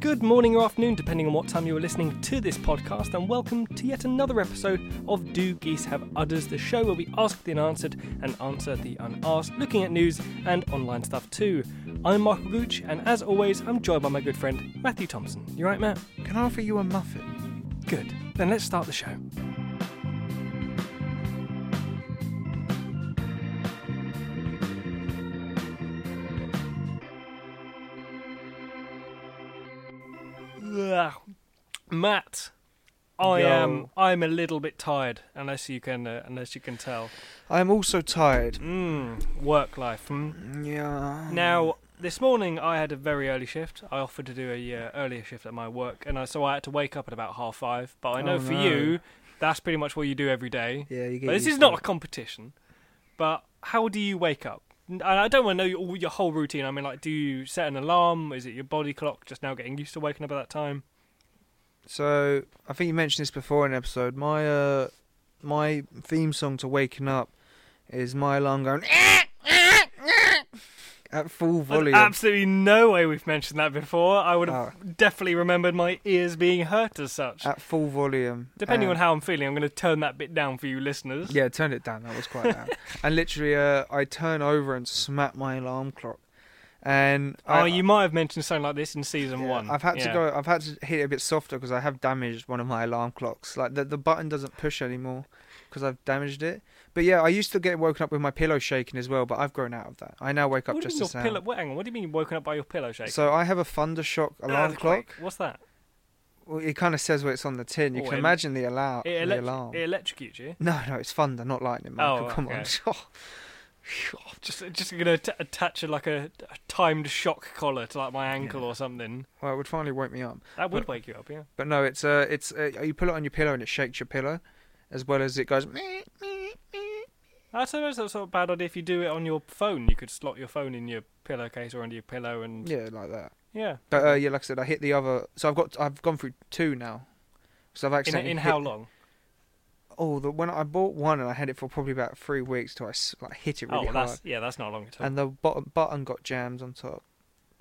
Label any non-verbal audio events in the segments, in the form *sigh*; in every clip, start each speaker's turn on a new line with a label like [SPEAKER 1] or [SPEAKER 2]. [SPEAKER 1] Good morning or afternoon, depending on what time you are listening to this podcast, and welcome to yet another episode of Do Geese Have Udders, the show where we ask the unanswered and answer the unasked, looking at news and online stuff too. I'm Michael Gooch, and as always, I'm joined by my good friend Matthew Thompson. You right, Matt?
[SPEAKER 2] Can I offer you a muffin?
[SPEAKER 1] Good. Then let's start the show. Ugh. Matt, I
[SPEAKER 2] Yo.
[SPEAKER 1] am I'm a little bit tired, unless you can uh, unless you can tell.
[SPEAKER 2] I am also tired.
[SPEAKER 1] Mm, work life. Mm.
[SPEAKER 2] Yeah.
[SPEAKER 1] Now, this morning I had a very early shift. I offered to do a uh, earlier shift at my work, and I, so I had to wake up at about half five. But I know
[SPEAKER 2] Oh,
[SPEAKER 1] for
[SPEAKER 2] no.
[SPEAKER 1] you, that's pretty much what you do every day.
[SPEAKER 2] Yeah, you get.
[SPEAKER 1] But this
[SPEAKER 2] used
[SPEAKER 1] is
[SPEAKER 2] to
[SPEAKER 1] not a competition. But how do you wake up? And I don't want to know your, all your whole routine. I mean, like, do you set an alarm? Is it your body clock just now getting used to waking up at that time?
[SPEAKER 2] it. So I think you mentioned this before in an episode. My uh, my theme song to waking up is my alarm going *laughs* at full
[SPEAKER 1] There's
[SPEAKER 2] volume.
[SPEAKER 1] absolutely no way we've mentioned that before. I would have
[SPEAKER 2] Oh,
[SPEAKER 1] definitely remembered my ears being hurt as such.
[SPEAKER 2] at full volume.
[SPEAKER 1] Depending
[SPEAKER 2] And-
[SPEAKER 1] on how I'm feeling, I'm going to turn that bit down for you listeners.
[SPEAKER 2] Yeah, turned it down. That was quite
[SPEAKER 1] *laughs*
[SPEAKER 2] loud. and literally, uh, I turn over and smack my alarm clock. And
[SPEAKER 1] Oh,
[SPEAKER 2] I,
[SPEAKER 1] you might have mentioned something like this in season
[SPEAKER 2] Yeah,
[SPEAKER 1] one.
[SPEAKER 2] I've had to
[SPEAKER 1] Yeah.
[SPEAKER 2] go. I've had to hit it a bit softer because I have damaged one of my alarm clocks. Like the the button doesn't push anymore because I've damaged it. But yeah, I used to get woken up with my pillow shaking as well, but I've grown out of that. I now wake up
[SPEAKER 1] What do you
[SPEAKER 2] just
[SPEAKER 1] mean
[SPEAKER 2] the
[SPEAKER 1] your
[SPEAKER 2] same.
[SPEAKER 1] pillow? Wait, hang on. What do you mean woken up by your pillow shake?
[SPEAKER 2] So I have a Thundershock alarm
[SPEAKER 1] Earthquake.
[SPEAKER 2] clock.
[SPEAKER 1] What's that?
[SPEAKER 2] Well, it kind of says what it's on the tin. You
[SPEAKER 1] Oh,
[SPEAKER 2] can
[SPEAKER 1] it-
[SPEAKER 2] imagine the, alar-
[SPEAKER 1] It,
[SPEAKER 2] the
[SPEAKER 1] elec-
[SPEAKER 2] alarm.
[SPEAKER 1] it electrocutes you. *laughs*
[SPEAKER 2] No, no, it's thunder, not lightning, Michael.
[SPEAKER 1] Oh,
[SPEAKER 2] Come
[SPEAKER 1] okay.
[SPEAKER 2] *laughs* on.
[SPEAKER 1] Just, just gonna t- attach a, like a, a timed shock collar to like my ankle or something.
[SPEAKER 2] well, Oh, it would finally wake me up.
[SPEAKER 1] That would
[SPEAKER 2] But-
[SPEAKER 1] wake you up, yeah.
[SPEAKER 2] But no, it's uh, it's uh, you put it on your pillow and it shakes your pillow, as well as it goes. Meh, meh, meh.
[SPEAKER 1] I suppose that's not a bad idea if you do it on your phone. You could slot your phone in your pillowcase or under your pillow, and yeah.
[SPEAKER 2] Yeah, like that. But uh, yeah, like I said, I hit the other. So I've got I've gone through two now. So I've
[SPEAKER 1] In,
[SPEAKER 2] accidentally
[SPEAKER 1] in
[SPEAKER 2] hit-
[SPEAKER 1] how long?
[SPEAKER 2] Oh, the when I bought one and I had it for probably about three weeks till I s- like hit it really
[SPEAKER 1] oh,
[SPEAKER 2] hard,
[SPEAKER 1] that's yeah, that's not long at all.
[SPEAKER 2] and the bottom button got jammed on top.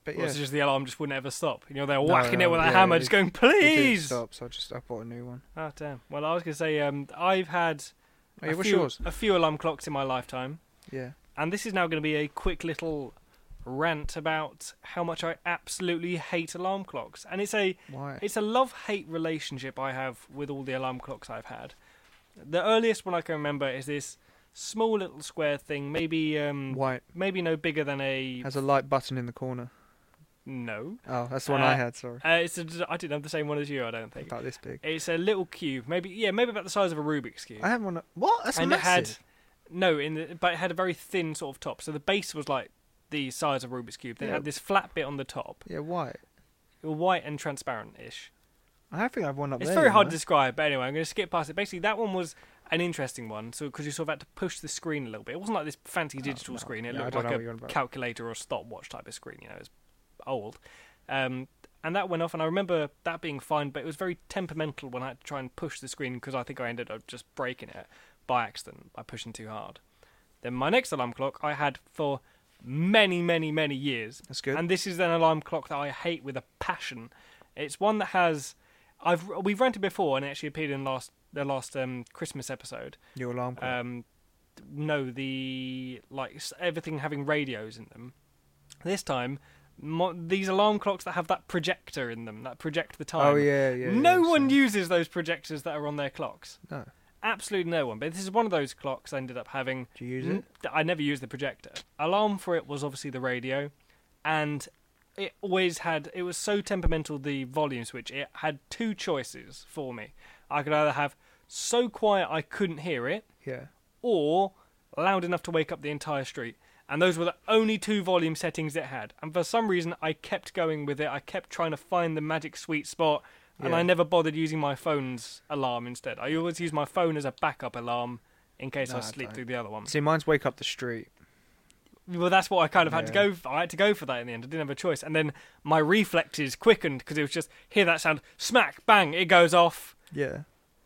[SPEAKER 2] But
[SPEAKER 1] Well,
[SPEAKER 2] yeah,
[SPEAKER 1] it's just the alarm just wouldn't ever stop. You know, they're
[SPEAKER 2] No,
[SPEAKER 1] whacking
[SPEAKER 2] no,
[SPEAKER 1] it with a
[SPEAKER 2] yeah,
[SPEAKER 1] hammer,
[SPEAKER 2] it-
[SPEAKER 1] just going,
[SPEAKER 2] it didn't
[SPEAKER 1] please.
[SPEAKER 2] stop. So I just I bought a new one.
[SPEAKER 1] Oh damn. Well, I was gonna say, um, I've had
[SPEAKER 2] Oh, yeah,
[SPEAKER 1] a,
[SPEAKER 2] what's
[SPEAKER 1] few,
[SPEAKER 2] yours?
[SPEAKER 1] a few alarm clocks in my lifetime,
[SPEAKER 2] Yeah.
[SPEAKER 1] and this is now going to be a quick little rant about how much I absolutely hate alarm clocks, and it's a
[SPEAKER 2] Why?
[SPEAKER 1] it's a love hate relationship I have with all the alarm clocks I've had. The earliest one I can remember is this small little square thing, maybe um,
[SPEAKER 2] White
[SPEAKER 1] maybe no bigger than a
[SPEAKER 2] has a light button in the corner.
[SPEAKER 1] no.
[SPEAKER 2] Oh, that's the one I
[SPEAKER 1] Uh,
[SPEAKER 2] had. Sorry.
[SPEAKER 1] Uh, it's a, I didn't have the same one as you, I don't think.
[SPEAKER 2] About this big.
[SPEAKER 1] It's a little cube, maybe yeah, maybe about the size of a Rubik's cube.
[SPEAKER 2] I had one. uh, What? That's
[SPEAKER 1] and
[SPEAKER 2] massive.
[SPEAKER 1] it had no in the, but it had a very thin sort of top so the base was like the size of rubik's cube then it
[SPEAKER 2] Yeah.
[SPEAKER 1] had this flat bit on the top
[SPEAKER 2] Yeah, white.
[SPEAKER 1] white and transparent-ish
[SPEAKER 2] I think I've one up
[SPEAKER 1] it's
[SPEAKER 2] there.
[SPEAKER 1] very
[SPEAKER 2] you
[SPEAKER 1] hard to
[SPEAKER 2] know.
[SPEAKER 1] describe but anyway i'm going to skip past it basically that one was an interesting one so because you sort of had to push the screen a little bit it wasn't like this fancy
[SPEAKER 2] Oh,
[SPEAKER 1] digital
[SPEAKER 2] no.
[SPEAKER 1] screen it
[SPEAKER 2] Yeah, I
[SPEAKER 1] looked
[SPEAKER 2] don't know
[SPEAKER 1] like
[SPEAKER 2] what you're on
[SPEAKER 1] a
[SPEAKER 2] about.
[SPEAKER 1] calculator or stopwatch type of screen you know it's old um, and that went off and i remember that being fine but it was very temperamental when i had to try and push the screen because i think i ended up just breaking it by accident by pushing too hard then my next alarm clock i had for many many many years
[SPEAKER 2] That's good.
[SPEAKER 1] and this is an alarm clock that I hate with a passion. It's one that has I've we've rented before and it actually appeared in last the last um, Christmas episode.
[SPEAKER 2] Your alarm clock.
[SPEAKER 1] Um, no, the like s- everything having radios in them. This time, mo- these alarm clocks that have that projector in them that project the time.
[SPEAKER 2] oh yeah, yeah.
[SPEAKER 1] no
[SPEAKER 2] yeah,
[SPEAKER 1] one
[SPEAKER 2] so-
[SPEAKER 1] uses those projectors that are on their clocks.
[SPEAKER 2] No.
[SPEAKER 1] Absolutely no one. But this is one of those clocks I ended up having
[SPEAKER 2] Do you use
[SPEAKER 1] N-
[SPEAKER 2] it?
[SPEAKER 1] I never used the projector. Alarm for it was obviously the radio, and it always had. It was so temperamental the volume switch. It had two choices for me. I could either have so quiet I couldn't hear it,
[SPEAKER 2] Yeah.
[SPEAKER 1] or loud enough to wake up the entire street. And those were the only two volume settings it had. And for some reason, I kept going with it. I kept trying to find the magic sweet spot, and
[SPEAKER 2] Yeah.
[SPEAKER 1] I never bothered using my phone's alarm instead. I always use my phone as a backup alarm in case
[SPEAKER 2] No,
[SPEAKER 1] I
[SPEAKER 2] I
[SPEAKER 1] sleep
[SPEAKER 2] don't.
[SPEAKER 1] through the other one.
[SPEAKER 2] See, mine's wake up the street.
[SPEAKER 1] Well, that's what I kind of had to
[SPEAKER 2] Yeah.
[SPEAKER 1] go. For. I had to go for that in the end. I didn't have a choice. And then my reflexes quickened because it was just hear that sound, smack, bang, it goes off.
[SPEAKER 2] Yeah.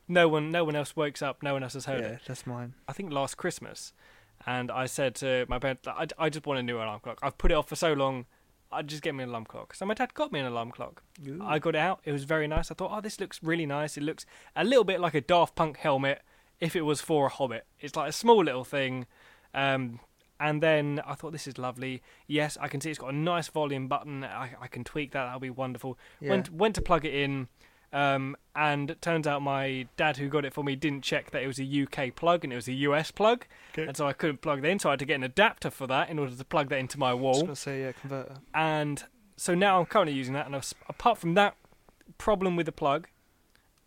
[SPEAKER 1] No one, no one else wakes up. No one else has heard
[SPEAKER 2] Yeah,
[SPEAKER 1] it.
[SPEAKER 2] that's mine.
[SPEAKER 1] I think last Christmas, and I said to my parents, I, I just want a new alarm clock. I've put it off for so long. I- I'd just get me an alarm clock. So my dad got me an alarm clock.
[SPEAKER 2] Ooh.
[SPEAKER 1] I got it out. It was very nice. I thought, oh, this looks really nice. It looks a little bit like a Daft Punk helmet if it was for a Hobbit. It's like a small little thing. Um, and then I thought, this is lovely. Yes, I can see it's got a nice volume button. I, I can tweak that. That'll be wonderful.
[SPEAKER 2] Yeah.
[SPEAKER 1] Went, went to plug it in. Um, and it turns out my dad, who got it for me, didn't check that it was a UK plug and it was a US plug.
[SPEAKER 2] Okay.
[SPEAKER 1] And so I couldn't plug that in. So I had to get an adapter for that in order to plug that into my
[SPEAKER 2] I was
[SPEAKER 1] wall
[SPEAKER 2] gonna say yeah, converter.
[SPEAKER 1] and so now I'm currently using that. And I've, apart from that problem with the plug,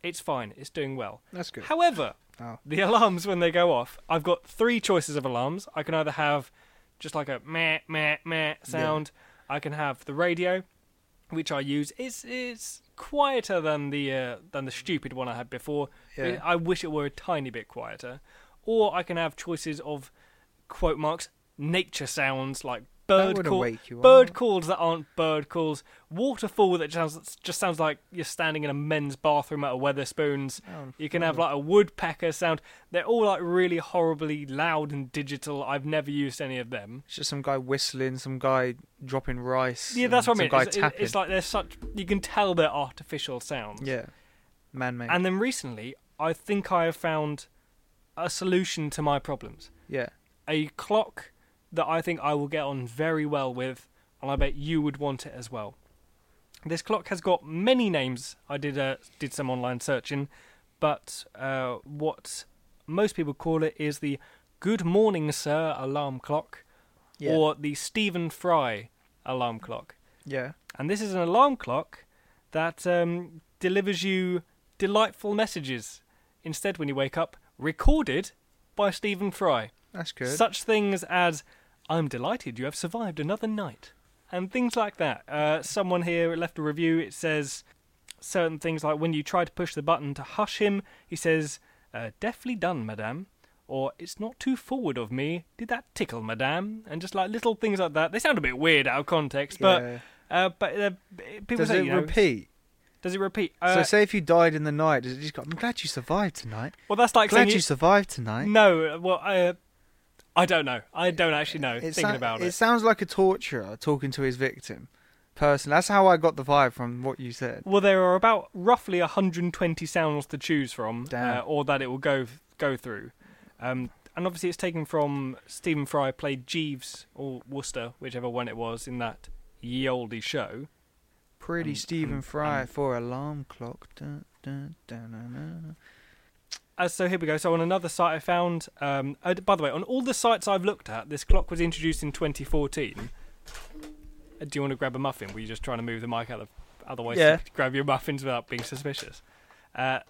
[SPEAKER 1] it's fine. It's doing well.
[SPEAKER 2] That's good.
[SPEAKER 1] However,
[SPEAKER 2] Oh.
[SPEAKER 1] the alarms when they go off, I've got three choices of alarms. I can either have just like a meh meh meh sound. I can have the radio, which I use. It's it's quieter than the uh, than the stupid one I had before.
[SPEAKER 2] Yeah.
[SPEAKER 1] I wish it were a tiny bit quieter. Or I can have choices of quote marks nature sounds like
[SPEAKER 2] That
[SPEAKER 1] bird
[SPEAKER 2] wouldn't
[SPEAKER 1] call,
[SPEAKER 2] wake you
[SPEAKER 1] bird
[SPEAKER 2] up.
[SPEAKER 1] calls that aren't bird calls, waterfall that sounds just sounds like you're standing in a men's bathroom at a Weatherspoons.
[SPEAKER 2] Oh,
[SPEAKER 1] You can have like a woodpecker sound. They're all like really horribly loud and digital. I've never used any of them.
[SPEAKER 2] It's just some guy whistling, some guy dropping rice.
[SPEAKER 1] Yeah,
[SPEAKER 2] and
[SPEAKER 1] that's what I
[SPEAKER 2] some
[SPEAKER 1] mean.
[SPEAKER 2] Guy
[SPEAKER 1] It's, it-
[SPEAKER 2] tapping.
[SPEAKER 1] it's like they're such. You can tell they're artificial sounds.
[SPEAKER 2] yeah, man-made.
[SPEAKER 1] And then recently, I think I have found a solution to my problems.
[SPEAKER 2] yeah,
[SPEAKER 1] A clock that I think I will get on very well with, and I bet you would want it as well. This clock has got many names. I did uh, did some online searching, but uh, what most people call it is the "Good Morning Sir" alarm clock,
[SPEAKER 2] yeah,
[SPEAKER 1] or the Stephen Fry alarm clock.
[SPEAKER 2] yeah.
[SPEAKER 1] And this is an alarm clock that um, delivers you delightful messages instead when you wake up, recorded by Stephen Fry.
[SPEAKER 2] That's good.
[SPEAKER 1] Such things as, I'm delighted you have survived another night, and things like that. Uh, someone here left a review, it says certain things like when you try to push the button to hush him, he says, uh, Deftly done, madame. Or it's not too forward of me. Did that tickle, madame? And just like little things like that. They sound a bit weird out of context, but
[SPEAKER 2] Yeah.
[SPEAKER 1] uh, but uh, people
[SPEAKER 2] does
[SPEAKER 1] say,
[SPEAKER 2] it
[SPEAKER 1] you know,
[SPEAKER 2] repeat?
[SPEAKER 1] does it repeat? Uh,
[SPEAKER 2] so say if you died in the night, does it just go? I'm glad you survived tonight.
[SPEAKER 1] well, that's like
[SPEAKER 2] glad
[SPEAKER 1] saying
[SPEAKER 2] you
[SPEAKER 1] you-
[SPEAKER 2] survived tonight.
[SPEAKER 1] no. Well, uh, I don't know. I don't actually know.
[SPEAKER 2] It
[SPEAKER 1] thinking
[SPEAKER 2] sou-
[SPEAKER 1] about
[SPEAKER 2] it
[SPEAKER 1] it,
[SPEAKER 2] sounds like a torturer talking to his victim. Personally, that's how I got the vibe from what you said.
[SPEAKER 1] well, there are about roughly 120 sounds to choose from, uh,
[SPEAKER 2] Damn.
[SPEAKER 1] or that it will go go through. Um, and obviously, it's taken from Stephen Fry played Jeeves or Worcester, whichever one it was in that ye olde show.
[SPEAKER 2] Pretty
[SPEAKER 1] Um,
[SPEAKER 2] Stephen
[SPEAKER 1] um,
[SPEAKER 2] Fry
[SPEAKER 1] um.
[SPEAKER 2] for alarm clock. Dun, dun, dun, dun, dun.
[SPEAKER 1] Uh, so here we go. So on another site I found, um, oh, by the way, on all the sites I've looked at, this clock was introduced in 2014. Uh, do you want to grab a muffin? Were you just trying to move the mic out of otherwise
[SPEAKER 2] Yeah.
[SPEAKER 1] you could grab your muffins without being suspicious? Uh,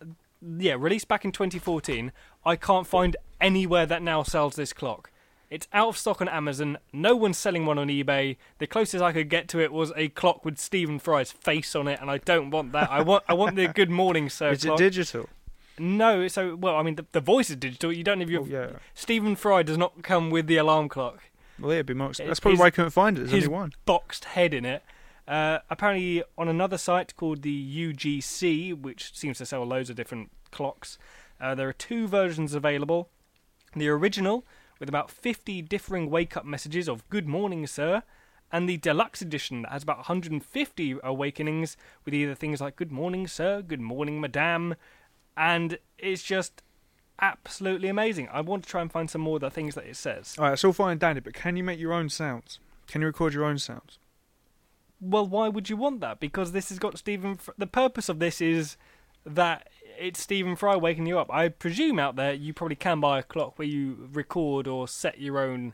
[SPEAKER 1] yeah, released back in 2014. I can't find anywhere that now sells this clock. It's out of stock on Amazon. No one's selling one on eBay. The closest I could get to it was a clock with Stephen Fry's face on it, and I don't want that. I want I want the Good Morning Sir
[SPEAKER 2] Is it
[SPEAKER 1] clock.
[SPEAKER 2] digital?
[SPEAKER 1] No, so well, I mean, the, the voice is digital. You don't have your
[SPEAKER 2] Oh, yeah.
[SPEAKER 1] Stephen Fry does not come with the alarm clock
[SPEAKER 2] Well, yeah, it'd be more.
[SPEAKER 1] It-
[SPEAKER 2] Expensive. That's probably
[SPEAKER 1] his-
[SPEAKER 2] why I couldn't find it. There's
[SPEAKER 1] his
[SPEAKER 2] only one.
[SPEAKER 1] boxed head in it. Uh, apparently, on another site called the UGC, which seems to sell loads of different clocks, uh, there are two versions available. The original, with about 50 differing wake up messages of Good Morning, Sir, and the deluxe edition that has about 150 awakenings with either things like Good Morning, Sir, Good Morning, Madame, and it's just absolutely amazing. I want to try and find some more of the things that it says.
[SPEAKER 2] All right, it's all fine and dandy, but can you make your own sounds? Can you record your own sounds?
[SPEAKER 1] well, why would you want that? Because this has got Stephen. Fr- the purpose of this is that it's Stephen Fry waking you up. I presume out there you probably can buy a clock where you record or set your own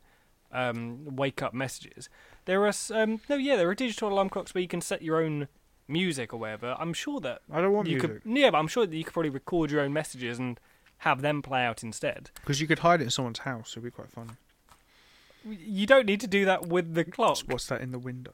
[SPEAKER 1] um, wake up messages. There are s- um, no, yeah, there are digital alarm clocks where you can set your own music or whatever. I'm sure that
[SPEAKER 2] I don't want
[SPEAKER 1] you
[SPEAKER 2] music
[SPEAKER 1] could, yeah, but I'm sure that you could probably record your own messages and have them play out instead.
[SPEAKER 2] because you could hide it in someone's house. It'd be quite funny.
[SPEAKER 1] You don't need to do that with the clock.
[SPEAKER 2] Just What's that in the window?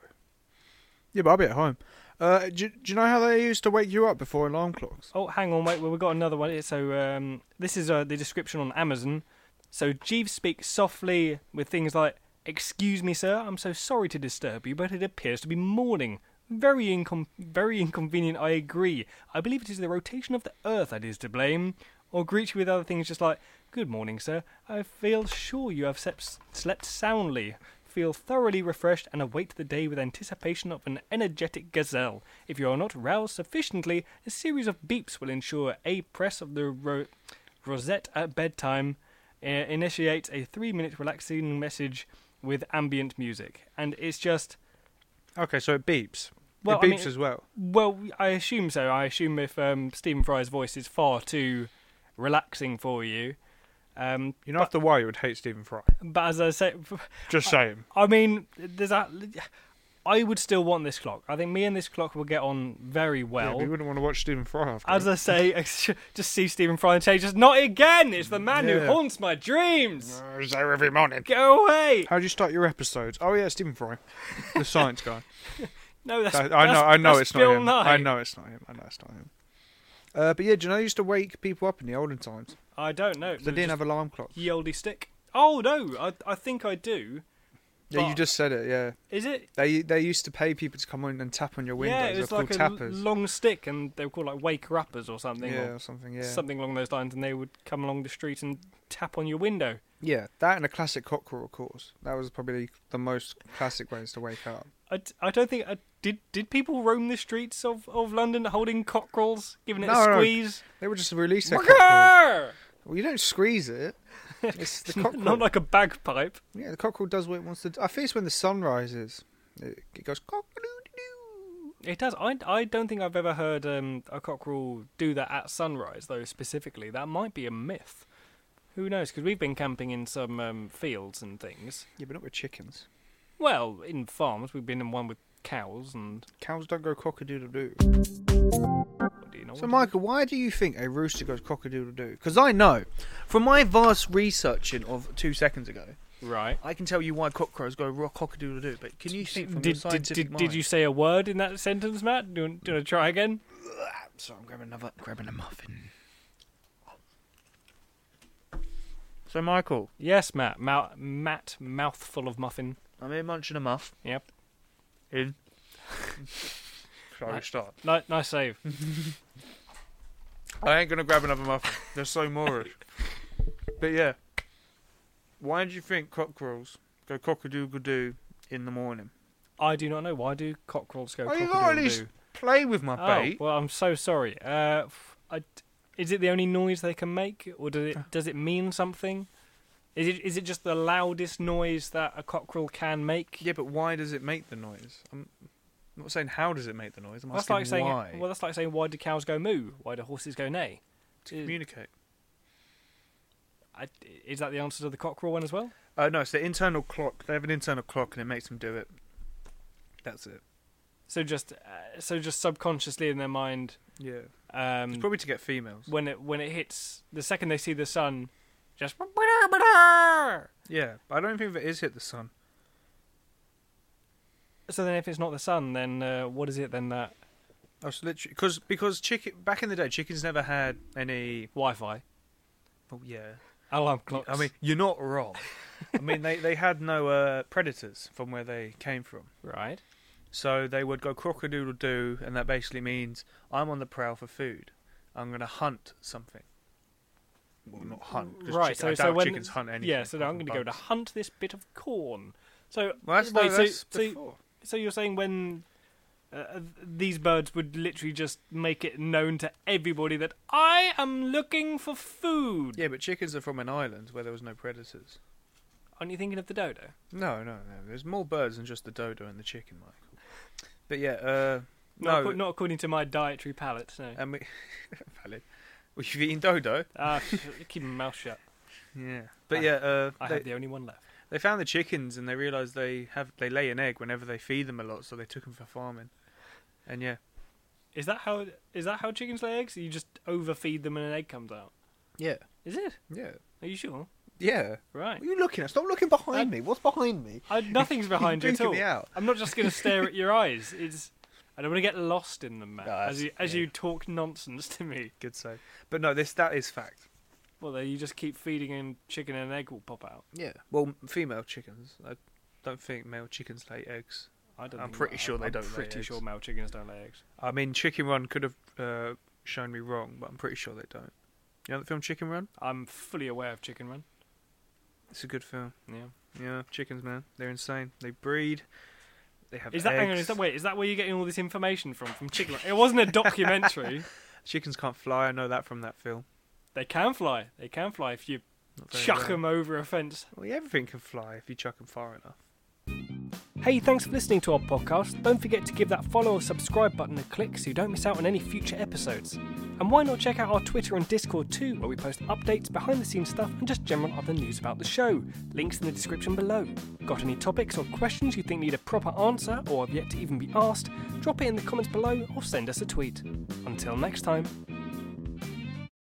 [SPEAKER 2] Yeah, but I'll be at home. Uh, do, do you know how they used to wake you up before alarm clocks?
[SPEAKER 1] Oh, hang on, wait. Well, we've got another one. here. So um, this is uh, the description on Amazon. So Jeeves speaks softly with things like, "Excuse me, sir. I'm so sorry to disturb you, but it appears to be morning. Very incom- very inconvenient. I agree. I believe it is the rotation of the Earth that is to blame." Or greet you with other things, just like, "Good morning, sir. I feel sure you have sep- slept soundly. Feel thoroughly refreshed and await the day with anticipation of an energetic gazelle. If you are not roused sufficiently, a series of beeps will ensure a press of the ro- rosette at bedtime uh, initiates a three minute relaxing message with ambient music. And it's just,
[SPEAKER 2] Okay, so it beeps.
[SPEAKER 1] Well,
[SPEAKER 2] it
[SPEAKER 1] I
[SPEAKER 2] beeps
[SPEAKER 1] mean-
[SPEAKER 2] as well.
[SPEAKER 1] well, I assume so. I assume if um, Stephen Fry's voice is far too relaxing for you. Um,
[SPEAKER 2] You know, after a while, you would hate Stephen Fry.
[SPEAKER 1] but as I say,
[SPEAKER 2] Just saying.
[SPEAKER 1] I mean, there's that. I would still want this clock. I think me and this clock will get on very
[SPEAKER 2] Yeah,
[SPEAKER 1] well.
[SPEAKER 2] but you wouldn't want to watch Stephen Fry after.
[SPEAKER 1] As
[SPEAKER 2] that.
[SPEAKER 1] I say, *laughs* I sh- just see Stephen Fry and say, just not again! It's the man who
[SPEAKER 2] Yeah.
[SPEAKER 1] haunts my dreams!
[SPEAKER 2] Uh, he's there every morning.
[SPEAKER 1] Go away!
[SPEAKER 2] How do you start your episodes? Oh yeah, Stephen Fry,
[SPEAKER 1] *laughs*
[SPEAKER 2] the science guy.
[SPEAKER 1] No, that's.
[SPEAKER 2] I, I know,
[SPEAKER 1] that's-
[SPEAKER 2] I know,
[SPEAKER 1] that's
[SPEAKER 2] it's
[SPEAKER 1] Bill
[SPEAKER 2] not
[SPEAKER 1] Nye.
[SPEAKER 2] him. I know it's not him. I know it's not him. Uh, but yeah, do you know they used to wake people up in the olden times?
[SPEAKER 1] I don't know.
[SPEAKER 2] They didn't have alarm clocks.
[SPEAKER 1] Ye olde stick. Oh, no, I, I think I do.
[SPEAKER 2] Yeah, you
[SPEAKER 1] but-
[SPEAKER 2] just said it. Yeah,
[SPEAKER 1] Is it?
[SPEAKER 2] they they used to pay people to come in and tap on your windows.
[SPEAKER 1] yeah, it was
[SPEAKER 2] They're
[SPEAKER 1] like
[SPEAKER 2] called
[SPEAKER 1] a l-
[SPEAKER 2] tappers.
[SPEAKER 1] long stick, and they were called like wake rappers or something,
[SPEAKER 2] yeah,
[SPEAKER 1] or
[SPEAKER 2] or something. Yeah,
[SPEAKER 1] something along those lines, and they would come along the street and tap on your window.
[SPEAKER 2] yeah, that and a classic cockerel, of course. That was probably the most classic ways to wake up.
[SPEAKER 1] I, d- I don't think I, did did people roam the streets of, of London holding cockerels, giving it
[SPEAKER 2] No,
[SPEAKER 1] a
[SPEAKER 2] no.
[SPEAKER 1] squeeze?
[SPEAKER 2] They would just release
[SPEAKER 1] Oh
[SPEAKER 2] their cockerel.
[SPEAKER 1] Wagga!
[SPEAKER 2] Well, you don't squeeze it.
[SPEAKER 1] *laughs*
[SPEAKER 2] It's the cockerel.
[SPEAKER 1] Not like a bagpipe.
[SPEAKER 2] Yeah, the cockerel does what it wants to. do. I think it's when the sun rises. It, it goes cock-a-doo-doo.
[SPEAKER 1] It does. I, I don't think I've ever heard um, a cockerel do that at sunrise though. Specifically, that might be a myth. Who knows? Because we've been camping in some um, fields and things.
[SPEAKER 2] Yeah, but not with chickens.
[SPEAKER 1] Well, in farms, we've been in one with cows and
[SPEAKER 2] Cows don't go cock-a-doodle-doo.
[SPEAKER 1] what do you know?
[SPEAKER 2] So,
[SPEAKER 1] what-
[SPEAKER 2] Michael, why do you think a rooster goes cock-a-doodle-doo? Because I know, from my vast researching of two seconds ago,
[SPEAKER 1] right.
[SPEAKER 2] I can tell you why cockcrows go ro- cock-a-doodle-doo. But can you think from
[SPEAKER 1] Did,
[SPEAKER 2] your
[SPEAKER 1] did,
[SPEAKER 2] scientific
[SPEAKER 1] did, did you say a word in that sentence, Matt? Do you, want- do you want to try again?
[SPEAKER 2] So I'm grabbing another, grabbing a muffin. So, Michael,
[SPEAKER 1] Yes, Matt. Mou- Matt, mouthful of muffin.
[SPEAKER 2] I'm here munching a muff.
[SPEAKER 1] Yep.
[SPEAKER 2] *laughs* In.
[SPEAKER 1] I Right.
[SPEAKER 2] start?
[SPEAKER 1] Ni- nice save.
[SPEAKER 2] I ain't gonna grab another muffin. They're so Moorish. but yeah, why do you think cockerels go cock-a-doodle-doo in the morning?
[SPEAKER 1] I do not know. Why do cockerels go
[SPEAKER 2] Oh, you
[SPEAKER 1] cock
[SPEAKER 2] got at least Play with my
[SPEAKER 1] Oh,
[SPEAKER 2] bait.
[SPEAKER 1] well, I'm so sorry. Uh, f- I d- is it the only noise they can make, or does
[SPEAKER 2] Uh.
[SPEAKER 1] it does it mean something? Is it is it just the loudest noise that a cockerel can make?
[SPEAKER 2] Yeah, but why does it make the noise? I'm I'm not saying how does it make the noise. I'm
[SPEAKER 1] that's
[SPEAKER 2] asking
[SPEAKER 1] like saying
[SPEAKER 2] why.
[SPEAKER 1] well, that's like saying why do cows go moo? Why do horses go neigh?
[SPEAKER 2] to communicate.
[SPEAKER 1] I, is that the answer to the cockerel one as well?
[SPEAKER 2] Uh, no, it's the internal clock. They have an internal clock, and it makes them do it. That's it.
[SPEAKER 1] So just uh, so just subconsciously in their mind,
[SPEAKER 2] Yeah,
[SPEAKER 1] um,
[SPEAKER 2] it's probably to get females.
[SPEAKER 1] when it when it hits the second they see the sun, just
[SPEAKER 2] yeah, but I don't think it is hit the sun.
[SPEAKER 1] so then if it's not the sun, then uh, what is it then that
[SPEAKER 2] That's literally because because chicken back in the day, chickens never had any.
[SPEAKER 1] Wi-Fi
[SPEAKER 2] Oh yeah,
[SPEAKER 1] alarm clocks?
[SPEAKER 2] I mean you're not wrong. I mean they they had no uh, predators from where they came from.
[SPEAKER 1] right.
[SPEAKER 2] So they would go crocodile doo, and that basically means I'm on the prowl for food. I'm going to hunt something. Well, not hunt. 'cause
[SPEAKER 1] Right,
[SPEAKER 2] chicken- I
[SPEAKER 1] so- so
[SPEAKER 2] doubt
[SPEAKER 1] when-
[SPEAKER 2] chickens hunt anything.
[SPEAKER 1] Yeah, so now I'm going
[SPEAKER 2] apart from
[SPEAKER 1] to go to
[SPEAKER 2] bugs.
[SPEAKER 1] hunt this bit of corn. So,
[SPEAKER 2] Well, that's,
[SPEAKER 1] wait,
[SPEAKER 2] no,
[SPEAKER 1] so,
[SPEAKER 2] that's
[SPEAKER 1] so,
[SPEAKER 2] before.
[SPEAKER 1] so you're saying when uh, these birds would literally just make it known to everybody that I am looking for food?
[SPEAKER 2] Yeah, but chickens are from an island where there was no predators.
[SPEAKER 1] Aren't you thinking of the dodo?
[SPEAKER 2] No, no, no. There's more birds than just the dodo and the chicken, Michael. But yeah, uh,
[SPEAKER 1] Not,
[SPEAKER 2] no,
[SPEAKER 1] ac- not according to my dietary palate, no.
[SPEAKER 2] and we, *laughs* valid. Well, you've eaten dodo.
[SPEAKER 1] Ah, *laughs* sh- keep my mouth shut.
[SPEAKER 2] Yeah, but
[SPEAKER 1] I-
[SPEAKER 2] yeah, uh,
[SPEAKER 1] I
[SPEAKER 2] they-
[SPEAKER 1] have the only one left.
[SPEAKER 2] They found the chickens and they realised they have they lay an egg whenever they feed them a lot, so they took them for farming. And yeah,
[SPEAKER 1] Is that how is that how chickens lay eggs? You just overfeed them and an egg comes out.
[SPEAKER 2] yeah,
[SPEAKER 1] Is it?
[SPEAKER 2] yeah,
[SPEAKER 1] Are you sure?
[SPEAKER 2] yeah.
[SPEAKER 1] Right.
[SPEAKER 2] you looking at? Stop looking behind me. What's behind me? *laughs*
[SPEAKER 1] I, nothing's behind you at all.
[SPEAKER 2] me out.
[SPEAKER 1] I'm not just going to stare at your eyes. It's I don't want to get lost in them, Matt,
[SPEAKER 2] No,
[SPEAKER 1] as
[SPEAKER 2] that's-
[SPEAKER 1] you as
[SPEAKER 2] yeah.
[SPEAKER 1] you talk nonsense to me.
[SPEAKER 2] Good save. But no, this that is fact.
[SPEAKER 1] Well, then you just keep feeding and chicken and an egg will pop out.
[SPEAKER 2] Yeah. Well, female chickens. I don't think male chickens lay eggs.
[SPEAKER 1] I don't.
[SPEAKER 2] I'm
[SPEAKER 1] think-
[SPEAKER 2] pretty sure they
[SPEAKER 1] I'm
[SPEAKER 2] don't lay
[SPEAKER 1] Pretty
[SPEAKER 2] eggs.
[SPEAKER 1] sure male chickens don't lay eggs.
[SPEAKER 2] I mean, Chicken Run could have uh, shown me wrong, but I'm pretty sure they don't. You know the film Chicken Run?
[SPEAKER 1] I'm fully aware of Chicken Run.
[SPEAKER 2] It's a good film.
[SPEAKER 1] Yeah.
[SPEAKER 2] Yeah, chickens, man. They're insane. They breed. They have
[SPEAKER 1] Is that hang on,
[SPEAKER 2] eggs.
[SPEAKER 1] is that wait, is that where you're getting all this information from? From chicken? it wasn't a
[SPEAKER 2] *laughs*
[SPEAKER 1] documentary.
[SPEAKER 2] Chickens can't fly. I know that from that film.
[SPEAKER 1] they can fly. They can fly if you
[SPEAKER 2] Not very
[SPEAKER 1] chuck
[SPEAKER 2] well.
[SPEAKER 1] them over a fence.
[SPEAKER 2] Well, yeah, everything can fly if you chuck them far enough.
[SPEAKER 1] Hey, thanks for listening to our podcast. Don't forget to give that follow or subscribe button a click so you don't miss out on any future episodes. And why not check out our Twitter and Discord too, where we post updates, behind the scenes stuff, and just general other news about the show. Links in the description below. Got any topics or questions you think need a proper answer or have yet to even be asked? Drop it in the comments below or send us a tweet. Until next time.